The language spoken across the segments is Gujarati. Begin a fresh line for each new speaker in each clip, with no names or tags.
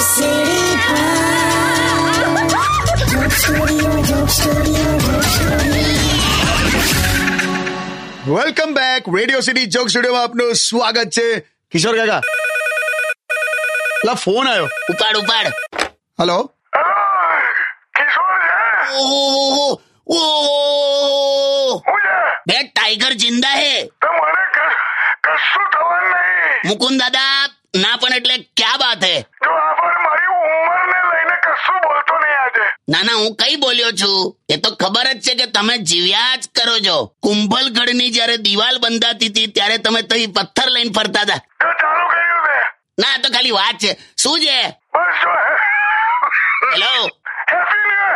સીડી
welcome back radio city joke સ્ટુડિયોમાં આપનું સ્વાગત છે કિશોર કાકા લા ફોન આવ્યો
ઉપાડ ઉપાડ
હલો
કિશોર છે
ઓહો ઓહો
હું છે
બે ટાઈગર જિંદા હે
તો મને કશ- કશું ખબર નહીં
મુકુંદ દાદા ના પણ એટલે ક્યા બાત હે
જો આ પર મારી ઉંમરને લઈને કશું બોલતો નહીં આજે
ના ના હું કઈ બોલ્યો છું એ તો ખબર જ છે કે તમે જીવ્યા જ કરો છો કુંભલગઢની જ્યારે દિવાલ બંધાતી હતી ત્યારે તમે તઈ પથ્થર લઈને ફરતા હતા
જો ચાલુ કર્યું તે
ના આ તો ખાલી વાત છે શું છે
બસ જો
hello
happy new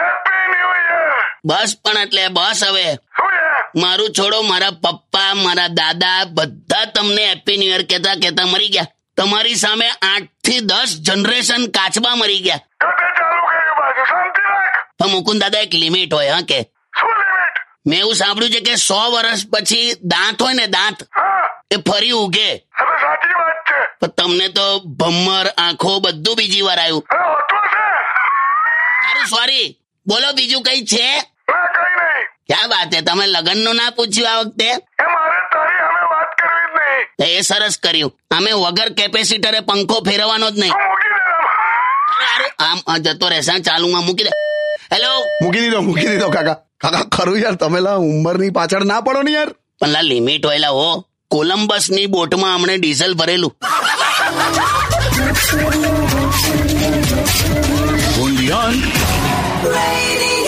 happy new year
બસ પણ એટલે બસ હવે
શું છે
મારું છોડો મારા પપ્પા મારા દાદા બધા તમને હેપી ન્યુ યર કહેતા કહેતા મરી ગયા તમારી સામે આઠ થી દસ જનરેશન કાચબા મરી ગયા
જો તે ચાલુ કર્યું બાજુ શાંતિ રાખ
પણ મુકુંદ દાદા એક લિમિટ હોય હા કે
શું લિમિટ
મેં એવું સાંભળ્યું છે કે સો વર્ષ પછી દાંત હોય ને દાંત
હા
એ ફરી ઉગે
હવે સાચી વાત છે
પણ તમને તો ભમર આંખો બધું બીજી વાર આવ્યું
હવે હોતું છે
સારું સોરી બોલો બીજું કઈ છે
ના કઈ નહીં
ક્યાં વાત છે તમે લગ્નનું ના પૂછ્યું આ વખતે
એ મારે તારી હવે વાત કરવી જ નહીં
તો એ સરસ કર્યું અમે વગર કેપેસિટરે પંખો ફેરવવાનો જ નહીં
તું મૂકી દે રમ.
અરે, આમ આ જતો રહેશે ચાલુમાં મૂકી દે હેલો
મૂકી દીધો મૂકી દીધો કાકા કાકા ખરું યાર તમે લા ઉંમરની પાછળ ના પડો ને યાર
પણ લા લિમિટ હોયલા હો કોલંબસની બોટમાં હમણે ડીઝલ ભરેલું
Radio